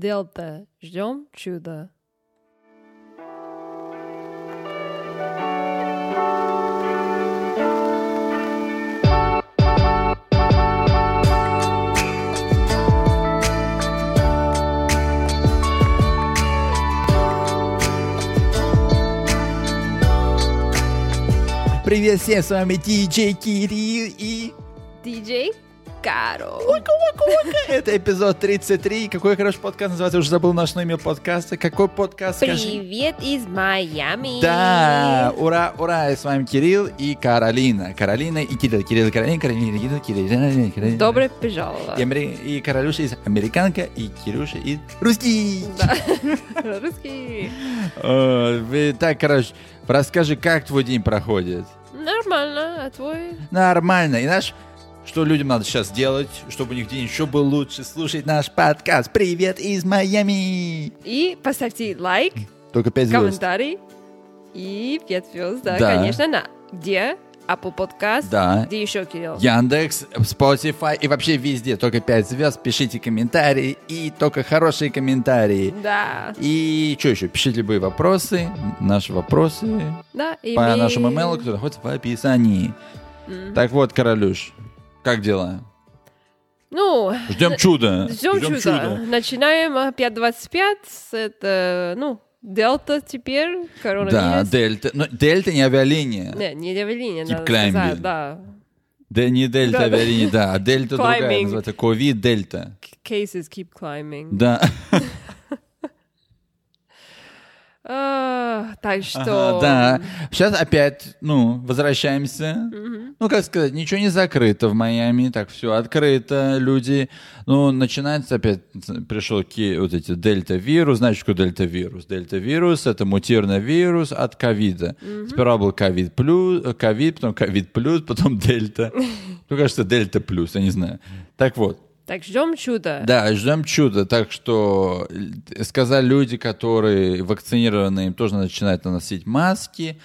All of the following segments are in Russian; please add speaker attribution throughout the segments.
Speaker 1: Дельта, ждем чудо.
Speaker 2: Привет всем, с вами Диджей Кирилл и...
Speaker 1: Диджей Каро.
Speaker 2: Это эпизод 33. Какой, короче, подкаст называется? Я уже забыл наш номер подкаста. Какой подкаст? скажи?
Speaker 1: Привет из Майами.
Speaker 2: Да, ура, ура, с вами Кирилл и Каролина. Каролина и Кирилл, Кирилл, и Каролина, Каролина, и Кирилл, Кирилл, и Каролина, и Каролина.
Speaker 1: Добро пожаловать.
Speaker 2: И, Амери- и Каролюша из американка, и Кирюша из русский.
Speaker 1: Русский.
Speaker 2: Э, вы- Так, короче, расскажи, как твой день проходит?
Speaker 1: Нормально, а твой?
Speaker 2: Нормально. И знаешь, что людям надо сейчас делать, чтобы у них день еще был лучше? Слушать наш подкаст. Привет из Майами.
Speaker 1: И поставьте лайк,
Speaker 2: Только 5 звезд.
Speaker 1: комментарий и 5 звезд, да,
Speaker 2: Да.
Speaker 1: конечно, на где? Apple Podcast,
Speaker 2: Да.
Speaker 1: где еще, Кирилл?
Speaker 2: Яндекс, Spotify и вообще везде. Только 5 звезд. Пишите комментарии и только хорошие комментарии.
Speaker 1: Да,
Speaker 2: И что еще? Пишите любые вопросы, наши вопросы
Speaker 1: да. и
Speaker 2: по
Speaker 1: мы-
Speaker 2: нашему имейлу, который находится в описании. Так вот, Королюш, как дела?
Speaker 1: Ну,
Speaker 2: Ждем чуда.
Speaker 1: ждем чудо. Начинаем а, 5.25, с это, ну, Дельта теперь,
Speaker 2: Да,
Speaker 1: коронавирус.
Speaker 2: Дельта. Но Дельта не авиалиния.
Speaker 1: Не, не давление,
Speaker 2: Keep
Speaker 1: надо сказать,
Speaker 2: climbing.
Speaker 1: да.
Speaker 2: Да не дельта
Speaker 1: Да, да.
Speaker 2: авиалиния, да, а дельта
Speaker 1: Climbing.
Speaker 2: другая, называется ковид дельта.
Speaker 1: K- Cases keep climbing.
Speaker 2: Да,
Speaker 1: А, так что...
Speaker 2: Ага, да. Сейчас опять, ну, возвращаемся. Ну, как сказать, ничего не закрыто в Майами, так все открыто, люди. Ну, начинается опять, пришел ки- вот эти дельта-вирус, значит, что дельта-вирус? Дельта-вирус — это мутированный вирус от ковида. Сперва был ковид плюс, ковид, потом ковид плюс, потом дельта. Ну, кажется, дельта плюс, я не знаю. Так вот,
Speaker 1: Так, ждем чуда.
Speaker 2: Да, ждем чуда. Так что э, сказали люди, которые вакцинированы, им тоже начинают наносить маски,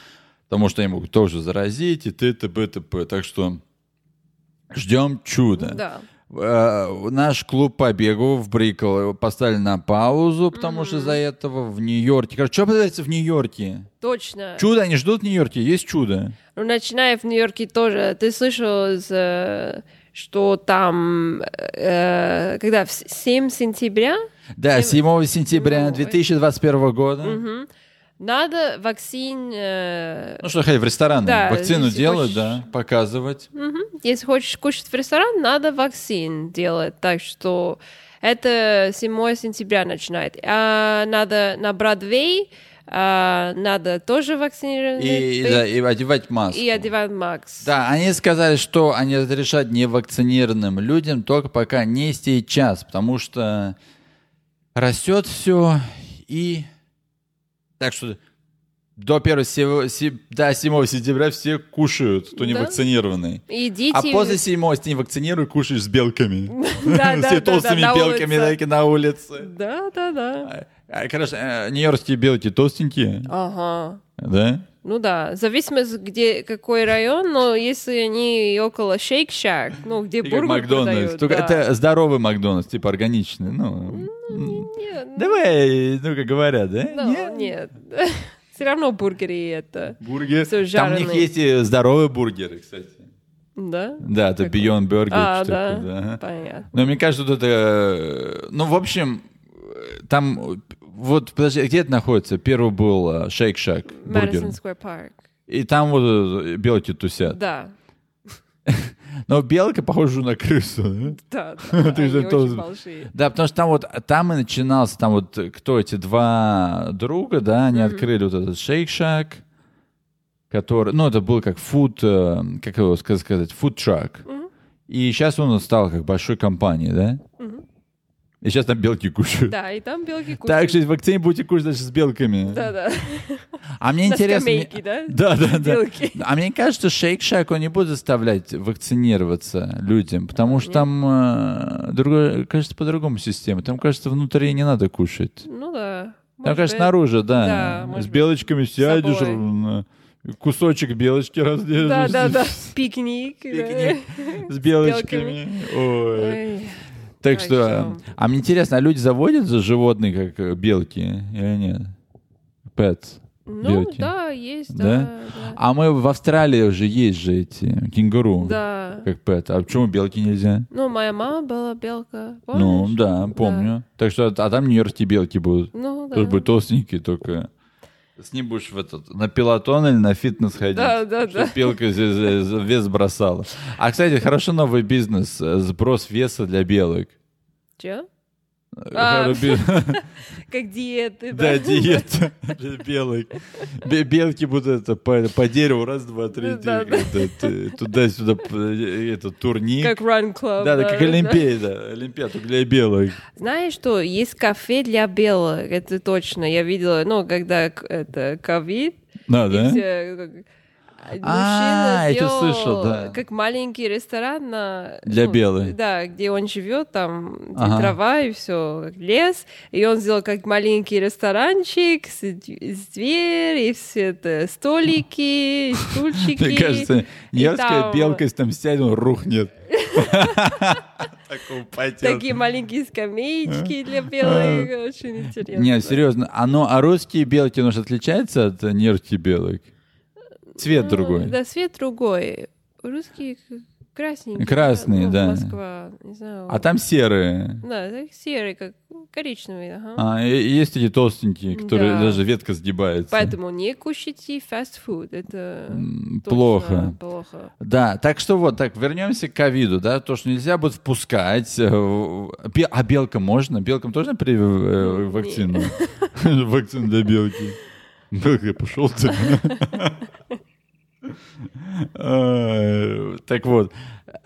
Speaker 2: потому что они могут тоже заразить и т.д. т.п. Так что ждем чуда.
Speaker 1: Да.
Speaker 2: Э, Наш клуб по бегу в Брикл э, поставили на паузу, потому что из-за этого в Нью-Йорке. Короче, что появляется в Нью-Йорке?
Speaker 1: Точно.
Speaker 2: Чудо они ждут в Нью-Йорке, есть чудо.
Speaker 1: Ну, начиная в Нью-Йорке тоже. Ты слышал, э, что там, э, когда, в с- 7 сентября,
Speaker 2: Да, 7 сентября
Speaker 1: Ой.
Speaker 2: 2021 года.
Speaker 1: надо вакцин, э,
Speaker 2: Ну что, ходить в рестораны,
Speaker 1: Да,
Speaker 2: вакцину
Speaker 1: если
Speaker 2: делать,
Speaker 1: хочешь.
Speaker 2: да, показывать.
Speaker 1: если хочешь кушать в ресторан, надо вакцин делать. Так что это 7 сентября начинает. А надо на Бродвей, а, надо тоже вакцинировать.
Speaker 2: И, да, и одевать маску.
Speaker 1: и одевать Макс.
Speaker 2: Да, они сказали, что они разрешат невакцинированным людям только пока не сейчас, потому что растет все и... Так что до 1 сего- се- до 7 сентября все кушают, кто
Speaker 1: Да.
Speaker 2: невакцинированный.
Speaker 1: Идите.
Speaker 2: А после 7 если не вакцинируют, кушаешь с белками.
Speaker 1: Да, да, да,
Speaker 2: Все
Speaker 1: да,
Speaker 2: толстыми
Speaker 1: на
Speaker 2: белками
Speaker 1: улице.
Speaker 2: такие на улице.
Speaker 1: Да, да, да.
Speaker 2: А, а, Короче, э, нью-йоркские белки толстенькие,
Speaker 1: Ага.
Speaker 2: да?
Speaker 1: Ну да, зависимость, где какой район, но если они около Шейк Shack, ну, где
Speaker 2: И как
Speaker 1: бургер
Speaker 2: Макдональдс.
Speaker 1: продают,
Speaker 2: Только
Speaker 1: да.
Speaker 2: это здоровый Макдональдс, типа органичный. Ну, м.
Speaker 1: Нет, ну,
Speaker 2: давай, ну как говорят, да?
Speaker 1: ну, нет. Все равно бургеры и это.
Speaker 2: Бургер.
Speaker 1: Всё
Speaker 2: Там у
Speaker 1: жареное.
Speaker 2: них есть и здоровые бургеры, кстати.
Speaker 1: Да?
Speaker 2: Да, это Beyond Burger.
Speaker 1: А,
Speaker 2: что-то
Speaker 1: да.
Speaker 2: такое, да, ага.
Speaker 1: Понятно.
Speaker 2: Но мне кажется, вот это... э, Ну, в общем, э, там... э, Вот, подожди, а где это находится? Первый был Шейк Шак бургер.
Speaker 1: Madison Square Park.
Speaker 2: И там вот э, белки тусят.
Speaker 1: Да.
Speaker 2: Но белка похожа на крысу. да?
Speaker 1: Да, да.
Speaker 2: Ты же
Speaker 1: они очень
Speaker 2: тоже-
Speaker 1: большие.
Speaker 2: Да, потому что там вот там и начинался, там вот э, кто эти два друга, да, они открыли вот этот шейк-шак, который, ну, это был как фуд, э, как его ска- сказать, фуд-шак. И сейчас он стал как большой компанией, да? И сейчас там белки кушают.
Speaker 1: Да, и там белки
Speaker 2: Так
Speaker 1: кушают.
Speaker 2: что в вакцине будете кушать даже с белками.
Speaker 1: Да, да.
Speaker 2: А мне
Speaker 1: На
Speaker 2: интересно... мне-
Speaker 1: скамейке, да?
Speaker 2: Да, да, да.
Speaker 1: Белки.
Speaker 2: А мне кажется, шейк-шак, он не будет заставлять вакцинироваться людям, потому что там, э, другое, кажется, по-другому система. Там, кажется, внутри не надо кушать.
Speaker 1: Ну да.
Speaker 2: Там,
Speaker 1: Может
Speaker 2: конечно,
Speaker 1: быть.
Speaker 2: наружу,
Speaker 1: да,
Speaker 2: да.
Speaker 1: может
Speaker 2: С
Speaker 1: быть,
Speaker 2: белочками сядешь,
Speaker 1: собой.
Speaker 2: м, кусочек белочки разрежешь.
Speaker 1: Да, да, да. Пикник. да. Э,
Speaker 2: Пикник С белочками. Ой.
Speaker 1: Ой.
Speaker 2: Так
Speaker 1: Так
Speaker 2: что,
Speaker 1: что-
Speaker 2: а мне интересно, а люди заводят за животные, как э, белки, или нет? Pets.
Speaker 1: Ну,
Speaker 2: белки.
Speaker 1: да, есть,
Speaker 2: Да?
Speaker 1: да.
Speaker 2: А мы в Австралии уже есть же эти кенгуру,
Speaker 1: Да. Да.
Speaker 2: как пэт. А почему белки нельзя?
Speaker 1: Ну, моя мама была белка,
Speaker 2: Ну,
Speaker 1: помнишь?
Speaker 2: да, помню. Так что, а там нью-йоркские белки будут.
Speaker 1: Ну, да.
Speaker 2: Тоже будут толстенькие, только... С ним будешь в этот, на пилотон или на фитнес ходить.
Speaker 1: Да, да,
Speaker 2: Чтоб
Speaker 1: да.
Speaker 2: Пилка зе- зе- зе- вес бросала. А, кстати, хорошо новый бизнес. э, Сброс веса для белок.
Speaker 1: Чё?
Speaker 2: Э,
Speaker 1: А,
Speaker 2: хоро- би-
Speaker 1: Как диеты,
Speaker 2: Да, диета для белок. Бе- Белки будут это по по дереву, раз, два, три,
Speaker 1: Ну, да, да.
Speaker 2: это, т- туда-сюда, п- э, это турник.
Speaker 1: Как run club.
Speaker 2: Да, да, как Олимпиада, Олимпиада для белых.
Speaker 1: Знаешь что, есть кафе для белых, это точно. Я видела, ну, когда к- это ковид,
Speaker 2: Да,
Speaker 1: и
Speaker 2: да?
Speaker 1: все, как-
Speaker 2: А,
Speaker 1: мужчина
Speaker 2: я тебя
Speaker 1: сделал
Speaker 2: слышал, да.
Speaker 1: как маленький ресторан на- ну,
Speaker 2: Для белых.
Speaker 1: Да, где он живет, там где
Speaker 2: Ага.
Speaker 1: трава и все, лес. И он сделал как маленький ресторанчик с, дв- с дверь, и все это столики, и стульчики.
Speaker 2: Мне кажется, нервская
Speaker 1: там-
Speaker 2: белка, если там сядет, он рухнет. Такого потела.
Speaker 1: Такие маленькие скамеечки для белых, очень интересно.
Speaker 2: А. Не, серьезно, оно, а русские белки, оно же отличается от э, нервских белок? Цвет
Speaker 1: Ну,
Speaker 2: другой.
Speaker 1: Да, свет другой. Русские к- красненькие.
Speaker 2: Красные,
Speaker 1: ну,
Speaker 2: да.
Speaker 1: Москва, не знаю.
Speaker 2: А там серые.
Speaker 1: Да, так серый, как коричневый, ага.
Speaker 2: А, и- и есть эти толстенькие, которые
Speaker 1: Да.
Speaker 2: даже ветка сгибается.
Speaker 1: Поэтому не кушайте фастфуд, это
Speaker 2: М,
Speaker 1: точно
Speaker 2: Плохо.
Speaker 1: плохо.
Speaker 2: Да, так что вот, так вернемся к ковиду, да, то, что нельзя будет впускать. э, в- бе- А белкам можно? Белкам тоже при
Speaker 1: Ну,
Speaker 2: э, вакцину? Вакцину для белки. Белка, пошел ты. Э, Так вот,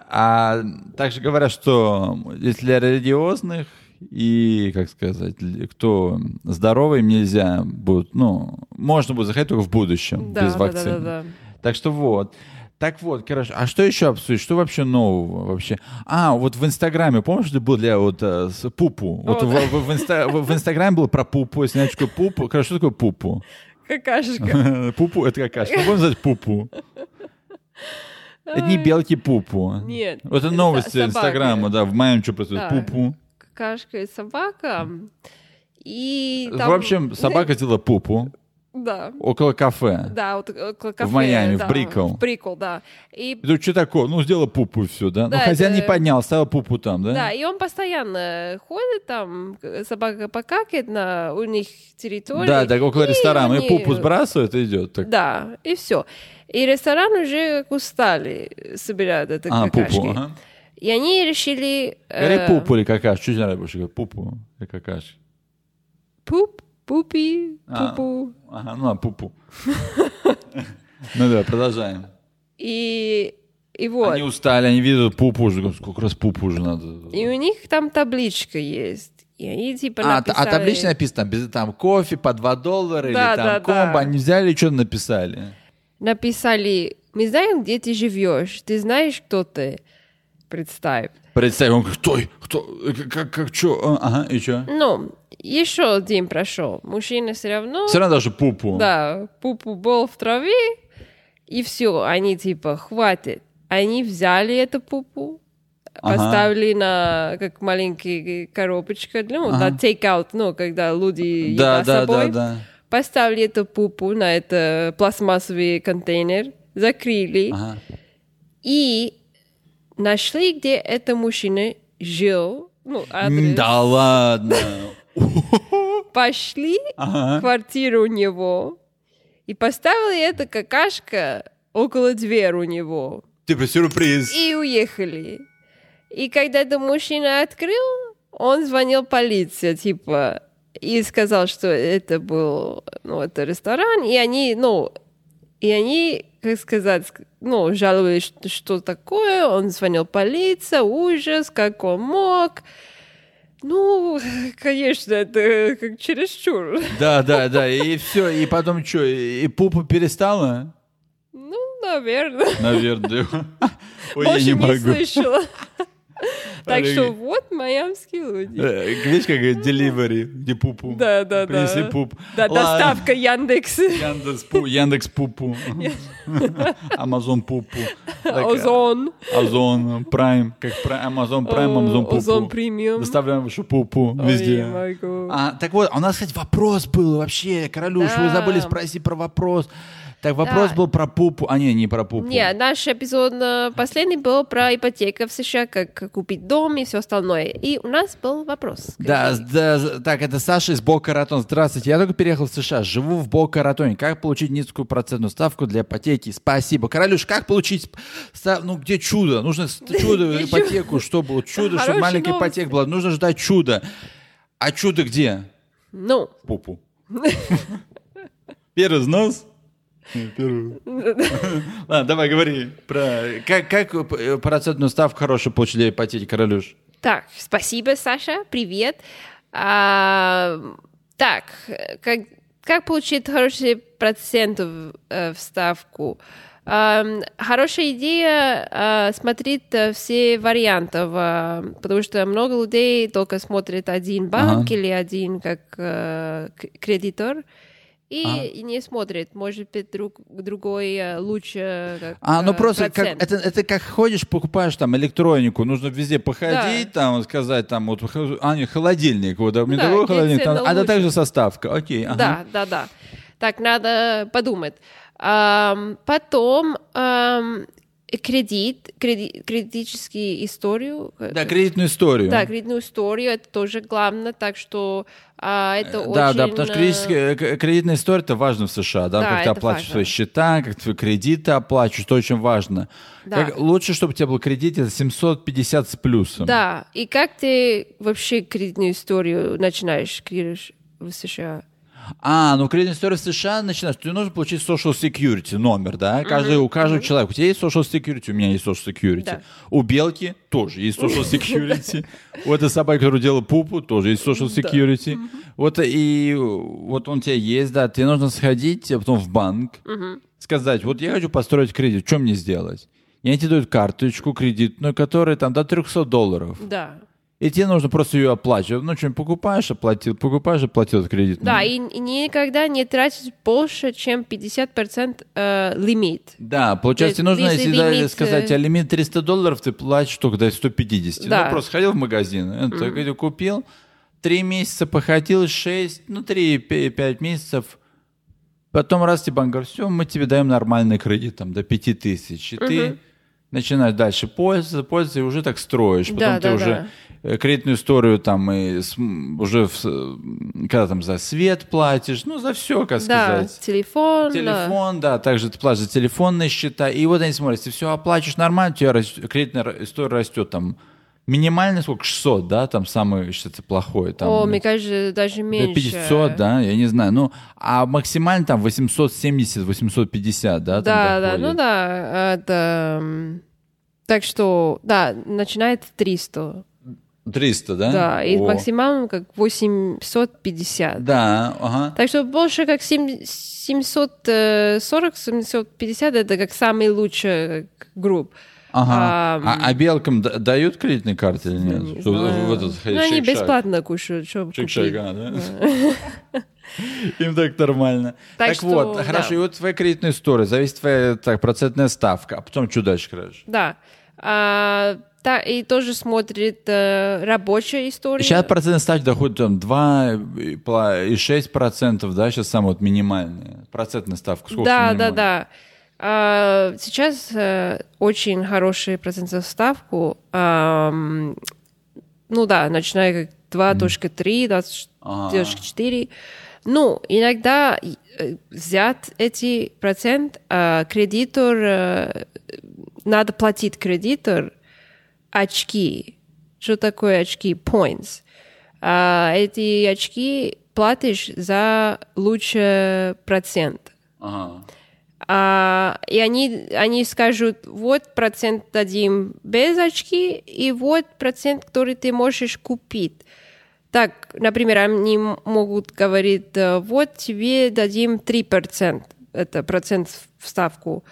Speaker 2: а также говорят, что если для религиозных и, как сказать, л- кто здоровый, им нельзя будет, ну, можно будет заходить только в будущем
Speaker 1: Да,
Speaker 2: без
Speaker 1: да, да,
Speaker 2: вакцины.
Speaker 1: да, да.
Speaker 2: Так что вот. Так вот, короче, а что еще обсудить? Что вообще нового вообще? А, вот в Инстаграме, помнишь, что был для вот э, с пупу? Вот
Speaker 1: О,
Speaker 2: в, в- в Инста- в- в Инстаграме было про пупу, если знаешь, что такое пупу. Короче, что такое пупу?
Speaker 1: Какашка.
Speaker 2: Пупу — это какашка. Будем называть пупу. Это не белки пупу.
Speaker 1: Нет.
Speaker 2: Вот это
Speaker 1: Со-
Speaker 2: новости
Speaker 1: собака.
Speaker 2: Инстаграма, да, в моем что происходит.
Speaker 1: Да.
Speaker 2: Пупу.
Speaker 1: Какашка и собака. И там...
Speaker 2: В общем, собака сделала пупу
Speaker 1: Да.
Speaker 2: около кафе.
Speaker 1: Да, вот э, к- кафе,
Speaker 2: Майами, в
Speaker 1: да,
Speaker 2: Брикл.
Speaker 1: В Брикл, да. И
Speaker 2: Ну, что такое? Ну, сделала пупу и все, да? Ну,
Speaker 1: Да,
Speaker 2: хозяин не
Speaker 1: это-
Speaker 2: поднял, ставил пупу там, да?
Speaker 1: Да, и он постоянно ходит там, к- собака покакает на у них территории.
Speaker 2: Да, да, около
Speaker 1: и
Speaker 2: ресторана. И
Speaker 1: они-
Speaker 2: пупу сбрасывают, и идет. Так.
Speaker 1: Да, и все. И ресторан уже как устали э, собирают это
Speaker 2: А,
Speaker 1: какашки.
Speaker 2: пупу. Ага.
Speaker 1: И они решили...
Speaker 2: Говори
Speaker 1: э,
Speaker 2: пупу или какаш. Чуть нравится больше. говорю, Пупу или какаш.
Speaker 1: Пуп, пупи,
Speaker 2: А.
Speaker 1: пупу.
Speaker 2: Ага, ну а пупу. Ну да, продолжаем.
Speaker 1: И, и вот.
Speaker 2: Они устали, они видят пупу уже. говорят, Сколько раз пупу уже надо.
Speaker 1: И у них там табличка есть. И они типа
Speaker 2: А, та- а
Speaker 1: написали-
Speaker 2: таблично написано, там, без- там кофе по 2 доллара или
Speaker 1: Да, да,
Speaker 2: там
Speaker 1: да.
Speaker 2: комбо. Они взяли и что-то написали.
Speaker 1: Написали, мы знаем, где ты живешь, ты знаешь, кто ты. Представь.
Speaker 2: Представь, он говорит, кто, кто, как, как, как чё? А, Ага, и что?
Speaker 1: Ну, еще день прошел. Мужчина все равно,
Speaker 2: Все равно даже пупу.
Speaker 1: да, пупу был в траве, и все, они типа, хватит. Они взяли эту пупу,
Speaker 2: Ага.
Speaker 1: поставили на как маленький э, коробочка, ну,
Speaker 2: Ага.
Speaker 1: на take-out, ну, когда люди
Speaker 2: да,
Speaker 1: едят с
Speaker 2: да, да,
Speaker 1: собой.
Speaker 2: да.
Speaker 1: Поставили эту пупу на этот пластмассовый контейнер, закрыли,
Speaker 2: Ага.
Speaker 1: и нашли, где этот мужчина жил, ну, адрес.
Speaker 2: Да ладно.
Speaker 1: Пошли
Speaker 2: Ага.
Speaker 1: квартиру у него и поставили эта какашка около двери у него.
Speaker 2: Типа сюрприз.
Speaker 1: И уехали. И когда этот мужчина открыл, он звонил полиции, типа, и сказал, что это был, ну, это ресторан, и они, ну, и они, как сказать, ск- ну, жаловались, что, что такое, он звонил полиция, ужас, как он мог. Ну, конечно, это как чересчур.
Speaker 2: Да, да, да. И все. И потом что, и пупа перестала?
Speaker 1: Ну, наверное.
Speaker 2: Наверное. Ой, я
Speaker 1: Больше не
Speaker 2: не могу.
Speaker 1: слышала. Так что вот майамские люди.
Speaker 2: Э, Видишь, как говорит, delivery, где пупу.
Speaker 1: Да, да, да.
Speaker 2: Принеси пуп.
Speaker 1: Да,
Speaker 2: Ладно.
Speaker 1: доставка Яндекс.
Speaker 2: Яндекс, пу, Яндекс пупу. Амазон пупу. Так, э,
Speaker 1: Озон.
Speaker 2: Озон Прайм, как Прайм, Амазон Прайм, Амазон Пупу.
Speaker 1: Озон премиум.
Speaker 2: Доставляем вашу пупу
Speaker 1: Ой,
Speaker 2: везде.
Speaker 1: могу.
Speaker 2: А, так вот, а у нас, кстати, вопрос был вообще, Королюш, вы
Speaker 1: Да.
Speaker 2: забыли спросить про вопрос. Так, вопрос
Speaker 1: Да.
Speaker 2: был про пупу, а не, не про пупу.
Speaker 1: Не, наш эпизод э, последний был про ипотеку в США, как как купить дом и все остальное. И у нас был вопрос.
Speaker 2: Да, с-
Speaker 1: Скажи.
Speaker 2: да, с- так, это Саша из Бока Ратон. Здравствуйте, я только переехал в США, живу в Бока Ратоне. Как получить низкую процентную ставку для ипотеки? Спасибо. Королюш, как получить... ста- Ну, где чудо? Нужно с- чудо
Speaker 1: Где
Speaker 2: ипотеку, чтобы вот чудо, чтобы
Speaker 1: Хорошие
Speaker 2: маленькая
Speaker 1: новости.
Speaker 2: ипотека была. Нужно ждать чуда. А чудо где?
Speaker 1: Ну,
Speaker 2: Пупу. Первый взнос. Ладно, давай говори про как, как э, процентную ставку хорошую получили для ипотеки, королюш.
Speaker 1: так, спасибо, Саша, привет. А, так, э, как, как получить хорошие проценты в, э, в ставку? Ам, хорошая идея э, смотреть э, все варианты, э, потому что много людей только смотрят один банк или один как э, к- кредитор. И,
Speaker 2: Ага.
Speaker 1: и не смотрит, может быть, друг, другой э, лучше. Как,
Speaker 2: А, ну
Speaker 1: э,
Speaker 2: просто как,
Speaker 1: процент.
Speaker 2: это, это как ходишь, покупаешь там электронику, нужно везде походить, там вот сказать, там вот, хожу- а, не, холодильник, вот, а у меня
Speaker 1: Да,
Speaker 2: другой
Speaker 1: где
Speaker 2: холодильник, там,
Speaker 1: цена
Speaker 2: а это
Speaker 1: лучше.
Speaker 2: также составка, окей, ага.
Speaker 1: Да, да, да. Так, надо подумать. Ам, потом ам, кредит, креди- кредитическую историю. э,
Speaker 2: Да, кредитную историю.
Speaker 1: Да, кредитную историю, это тоже главное, так что а, это очень...
Speaker 2: Да, да, потому что
Speaker 1: э,
Speaker 2: кредитская- к- кредитная история это важно в США, да,
Speaker 1: Да,
Speaker 2: как ты
Speaker 1: это
Speaker 2: оплачиваешь
Speaker 1: важно.
Speaker 2: свои счета, как твои кредиты оплачиваешь, это очень важно.
Speaker 1: Да.
Speaker 2: Как- лучше, чтобы у тебя был кредит это 750 с плюсом.
Speaker 1: Да, и как ты вообще кредитную историю начинаешь, Кириш, в США?
Speaker 2: А, ну кредитная история в США начинается. Тебе нужно получить social security номер, да? Каждый, у каждого человека. У тебя есть social security, у меня есть social security.
Speaker 1: Да.
Speaker 2: У белки тоже есть social security. У этой собаки, которая делала пупу, тоже есть social security. Вот и вот он у тебя есть, да. Тебе нужно сходить а потом в банк, сказать, вот я хочу построить кредит, что мне сделать? И они тебе дают карточку кредитную, которая там до 300 долларов.
Speaker 1: Да.
Speaker 2: И тебе нужно просто ее оплачивать. Ну, что-нибудь покупаешь, оплатил, покупаешь, оплатил кредит.
Speaker 1: Да, и, и никогда не тратить больше, чем 50% э, лимит.
Speaker 2: Да, получается,
Speaker 1: То
Speaker 2: тебе
Speaker 1: есть,
Speaker 2: нужно, если
Speaker 1: если
Speaker 2: да,
Speaker 1: лимит,
Speaker 2: сказать,
Speaker 1: э,
Speaker 2: а лимит 300 долларов, ты платишь только до 150.
Speaker 1: Да.
Speaker 2: Ну, просто ходил в магазин, э, так, э, купил, три месяца походил, 6, ну, 3-5 месяцев. Потом раз тебе банк говорит, все, мы тебе даем нормальный кредит, там, до 5 тысяч. И ты начинаешь дальше пользоваться, пользоваться, и уже так строишь. Потом
Speaker 1: Да,
Speaker 2: ты
Speaker 1: да,
Speaker 2: уже э, кредитную историю там, и с- м, уже в с- м, когда там за свет платишь, ну, за все, как
Speaker 1: Да,
Speaker 2: сказать.
Speaker 1: телефон. э,
Speaker 2: Телефон, да, также ты платишь за телефонные счета. И вот они смотрят, если все оплачешь нормально, у тебя рас- кредитная ра- история растет там минимально сколько? 600, да, там самое что-то плохое. Там,
Speaker 1: О,
Speaker 2: ну,
Speaker 1: мне кажется, даже
Speaker 2: до
Speaker 1: меньше.
Speaker 2: 500, да, я не знаю. Ну, а максимально там 870-850, да? там
Speaker 1: Да, да,
Speaker 2: доходит.
Speaker 1: ну да, это... м, Так что, да, начинает в 300.
Speaker 2: 300, да?
Speaker 1: Да, и
Speaker 2: А? О.
Speaker 1: максимум как 850.
Speaker 2: Да, ага.
Speaker 1: Так что больше как э, 740-750 это как самый лучший как, групп.
Speaker 2: ага.
Speaker 1: ам.
Speaker 2: А, а белкам да- дают кредитные карты или нет?
Speaker 1: Не
Speaker 2: Чтобы
Speaker 1: знаю.
Speaker 2: в этот
Speaker 1: Ну, они
Speaker 2: шик-шак.
Speaker 1: бесплатно кушают, чтобы
Speaker 2: Чик-чак,
Speaker 1: купить.
Speaker 2: а, да? Им так нормально.
Speaker 1: Так
Speaker 2: Так
Speaker 1: что,
Speaker 2: вот,
Speaker 1: да.
Speaker 2: хорошо, и вот твоя кредитная история, зависит твоя так, процентная ставка, а потом что дальше, короче?
Speaker 1: Да. А, та- и тоже смотрит э, рабочая история.
Speaker 2: Сейчас процентная ставка доходит там 2 и пла- и 6 процентов, да, сейчас самая вот минимальная процентная ставка. Сколько
Speaker 1: Да, да,
Speaker 2: минимальная?
Speaker 1: да. А, сейчас э, очень хорошие проценты ставку. Ам, ну да, начиная как 2.3, 2.4. Ну, иногда э, взять эти процент, а кредитор, э, надо платить кредитор очки. Что такое очки? Points. А, эти очки платишь за лучший процент.
Speaker 2: Ага.
Speaker 1: А, и они, они скажут, вот процент дадим без очки, и вот процент, который ты можешь купить. Так, например, они м- могут говорить, э, вот тебе дадим 3%, это процент в- в ставку,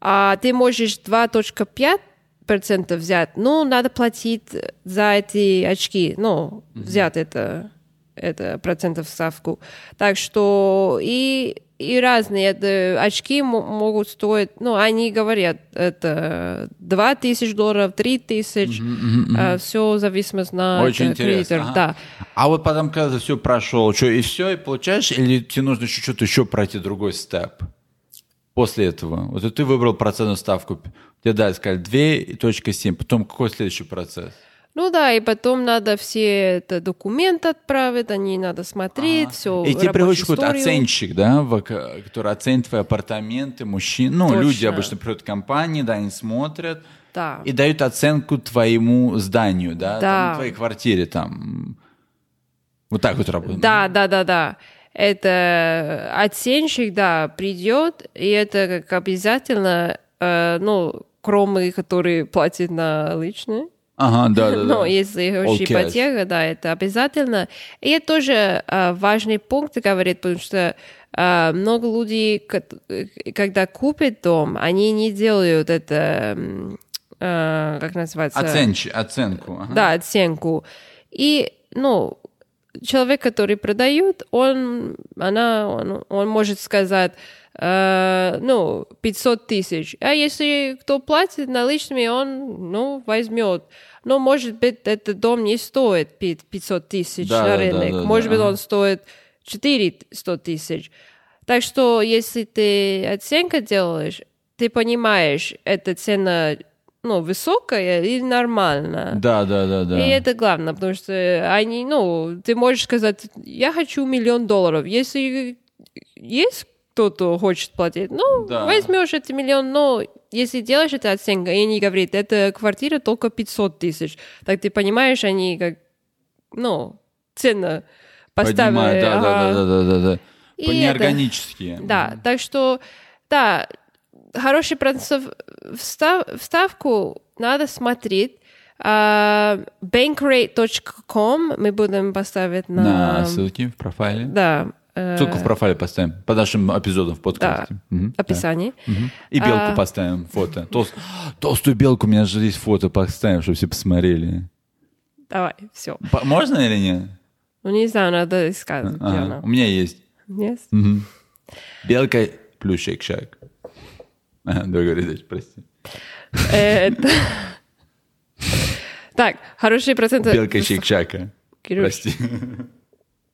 Speaker 1: а ты можешь 2.5 процентов взят. Ну, надо платить за эти очки. Ну, взят это, это процентов ставку. Так что и, и разные это, очки мо- могут стоить, ну, они говорят, это 2 тысяч долларов, 3 тысяч, все зависимость на
Speaker 2: Очень
Speaker 1: это,
Speaker 2: интересно.
Speaker 1: кредитор,
Speaker 2: ага.
Speaker 1: э, да.
Speaker 2: А вот потом, когда ты все прошел, что, и все, и получаешь, или тебе нужно еще что-то еще пройти другой степ? После этого. Вот и ты выбрал процентную ставку. Тебе дали, сказали 2.7. Потом какой следующий процесс?
Speaker 1: Ну да, и потом надо все это документы отправить, они надо смотреть, все.
Speaker 2: И тебе приходит какой-то оценщик, да, в к- который оценит твои апартаменты, мужчин. Ну,
Speaker 1: Точно.
Speaker 2: люди обычно приходят в компании, да, они смотрят.
Speaker 1: Да.
Speaker 2: И дают оценку твоему зданию,
Speaker 1: Да.
Speaker 2: да, Там, твоей квартире там. Вот так вот работает.
Speaker 1: Да, да, да, да. Это оценщик, да, придет, и это как обязательно, э, ну, кроме, которые платят наличные.
Speaker 2: Ага, да, да, да.
Speaker 1: Ну, если
Speaker 2: All
Speaker 1: очень
Speaker 2: cash.
Speaker 1: ипотека, да, это обязательно. И это тоже э, важный пункт, говорит, потому что э, много людей, кот- э, когда купят дом, они не делают это, м, э, как называется?
Speaker 2: Оценч- оценку. ага.
Speaker 1: Да, оценку. И, ну, человек, который продает, он, она, он, он может сказать, э, ну, 500 тысяч. А если кто платит наличными, он, ну, возьмет. Но, может быть, этот дом не стоит пи- 500 тысяч
Speaker 2: Да, да,
Speaker 1: на
Speaker 2: да,
Speaker 1: рынок.
Speaker 2: да, да,
Speaker 1: может быть,
Speaker 2: ага.
Speaker 1: он стоит 400 тысяч. Так что, если ты оценка делаешь, ты понимаешь, эта цена ну, высокая или нормально.
Speaker 2: Да, да, да, да.
Speaker 1: И это главное, потому что они, ну, ты можешь сказать, я хочу миллион долларов. Если есть кто-то хочет платить, ну,
Speaker 2: Да.
Speaker 1: возьмешь этот миллион, но если делаешь это оценка, и они говорят, эта квартира только 500 тысяч, так ты понимаешь, они как, ну, цену поставили.
Speaker 2: Понимаю, да, да,
Speaker 1: ага.
Speaker 2: да, да, да, да.
Speaker 1: И
Speaker 2: По-
Speaker 1: это-
Speaker 2: Неорганические.
Speaker 1: Да, так что, да, хороший процентов встав- вставку надо смотреть. А, bankrate.com мы будем поставить на...
Speaker 2: На ссылке в профайле.
Speaker 1: Да. э,
Speaker 2: Ссылку в профайле поставим. По нашим эпизодам в подкасте. Мгм.
Speaker 1: Описание.
Speaker 2: Мгм. И белку
Speaker 1: А.
Speaker 2: поставим, фото. Толст- Толстую белку, у меня же здесь фото поставим, чтобы все посмотрели.
Speaker 1: Давай, все.
Speaker 2: По- Можно или нет?
Speaker 1: Ну, не знаю, надо искать.
Speaker 2: Ага,
Speaker 1: наверное.
Speaker 2: У меня есть.
Speaker 1: Yes.
Speaker 2: Мгм. Белка плюс шейк-шак. Ага, давай говори дальше, прости.
Speaker 1: Э, это- Так, хорошие проценты.
Speaker 2: Белка шейк-шака.
Speaker 1: Кирюш.
Speaker 2: Прости.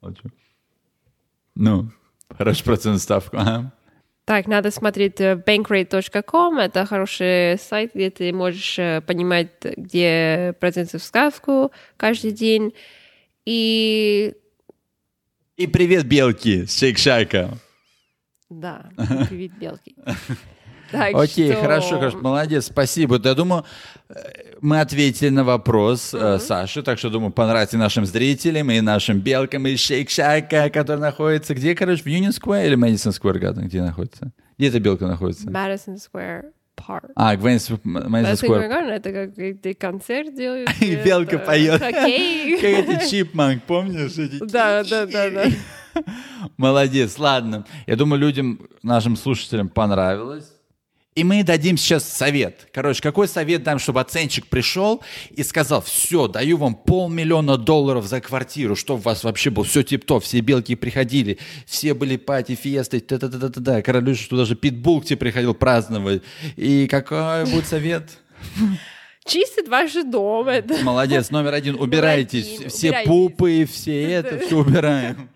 Speaker 2: Вот чё. Ну, хороший процент ставку. Ага.
Speaker 1: Так, надо смотреть э, bankrate.com. Это хороший сайт, где ты можешь э, понимать, где проценты в сказку каждый день. И
Speaker 2: И привет, белки, с шейк-шака.
Speaker 1: да, привет, белки. Так
Speaker 2: Окей,
Speaker 1: что-
Speaker 2: хорошо, хорошо, молодец, спасибо. Я думаю, э, мы ответили на вопрос э, Саши, так что, думаю, понравится и нашим зрителям, и нашим белкам, и шейк-шака, который находится где, короче, в Union Square или Madison Square Garden, где находится? Где эта белка находится?
Speaker 1: Madison Square Park.
Speaker 2: А, Гвенс, Madison
Speaker 1: Madison Square
Speaker 2: Square.
Speaker 1: Garden — это как где концерт делают.
Speaker 2: И белка
Speaker 1: это
Speaker 2: поет. Как
Speaker 1: Хоккей.
Speaker 2: эти чипманк, помнишь? эти
Speaker 1: Да, да, да, да.
Speaker 2: Молодец, ладно. Я думаю, людям, нашим слушателям понравилось. И мы дадим сейчас совет. Короче, какой совет дам, чтобы оценщик пришел и сказал, все, даю вам полмиллиона долларов за квартиру, чтобы у вас вообще было все тип-топ, все белки приходили, все были пати, фиесты, та-та-та-та-та, королюша, что даже питбул к тебе приходил праздновать. И какой будет совет?
Speaker 1: Чистит ваш дом. Это
Speaker 2: Молодец, номер один, убирайтесь,
Speaker 1: один,
Speaker 2: все
Speaker 1: убирайтесь.
Speaker 2: пупы, все это, все убираем.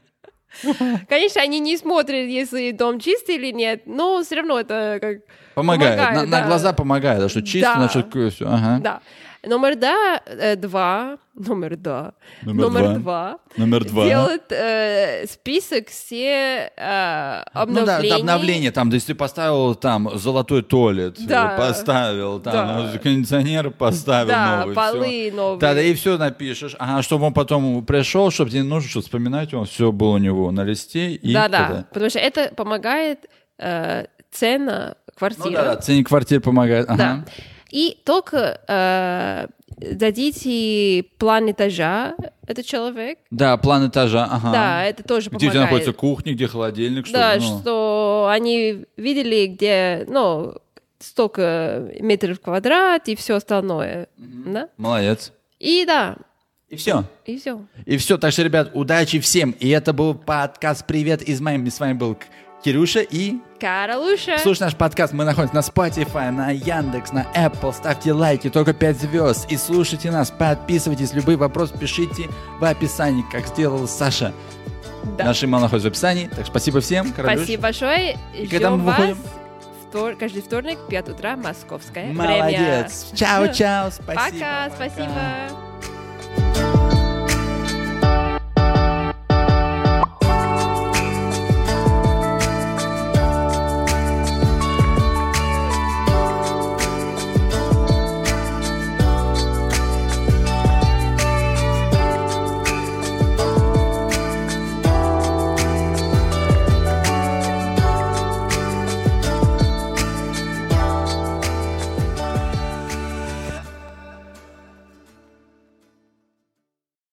Speaker 1: Конечно, они не смотрят, если дом чистый или нет, но все равно это как...
Speaker 2: Помогает. на, на
Speaker 1: да.
Speaker 2: глаза помогает. А что
Speaker 1: Да.
Speaker 2: чисто, значит, все. Ага.
Speaker 1: Да. Номер да, э, два, номер да,
Speaker 2: Номер
Speaker 1: два,
Speaker 2: Номер два.
Speaker 1: делает э, список все э,
Speaker 2: Ну да,
Speaker 1: обновлений.
Speaker 2: да, обновление там, то есть ты поставил там золотой туалет,
Speaker 1: Да.
Speaker 2: э, поставил там
Speaker 1: Да.
Speaker 2: ну, кондиционер, поставил
Speaker 1: Да,
Speaker 2: новый.
Speaker 1: полы
Speaker 2: всё.
Speaker 1: новые.
Speaker 2: Да, да, и все напишешь. Ага, чтобы он потом пришел, чтобы тебе не нужно что вспоминать, он все было у него на листе. И
Speaker 1: Да, да,
Speaker 2: тогда.
Speaker 1: потому что это помогает э, цена
Speaker 2: Ну
Speaker 1: квартиры.
Speaker 2: да, да, ценник квартиры помогает.
Speaker 1: Да.
Speaker 2: Ага.
Speaker 1: И только э, дадите план этажа, это человек.
Speaker 2: Да, план этажа, ага.
Speaker 1: Да, это тоже
Speaker 2: А. Где у тебя
Speaker 1: помогает.
Speaker 2: ну. находится кухня, где холодильник, что
Speaker 1: Да,
Speaker 2: ну.
Speaker 1: что они видели, где, ну, столько метров в квадрат и все остальное. Да?
Speaker 2: Молодец.
Speaker 1: И да,
Speaker 2: И все.
Speaker 1: и все.
Speaker 2: И все. Так что, ребят, удачи всем. И это был подкаст «Привет из Майами». С вами был К- Кирюша и...
Speaker 1: Каролуша.
Speaker 2: Слушай наш подкаст. Мы находимся на Spotify, на Яндекс, на Apple. Ставьте лайки, только 5 звезд. И слушайте нас. Подписывайтесь. Любые вопросы пишите в описании, как сделал Саша.
Speaker 1: Да.
Speaker 2: Наш email находится в описании. Так что спасибо всем. Королюш.
Speaker 1: Спасибо большое.
Speaker 2: когда
Speaker 1: Ждем
Speaker 2: мы
Speaker 1: вас
Speaker 2: выходим?
Speaker 1: втор- каждый вторник, 5 утра, московское время.
Speaker 2: Молодец. Чао-чао. Спасибо.
Speaker 1: Пока, спасибо.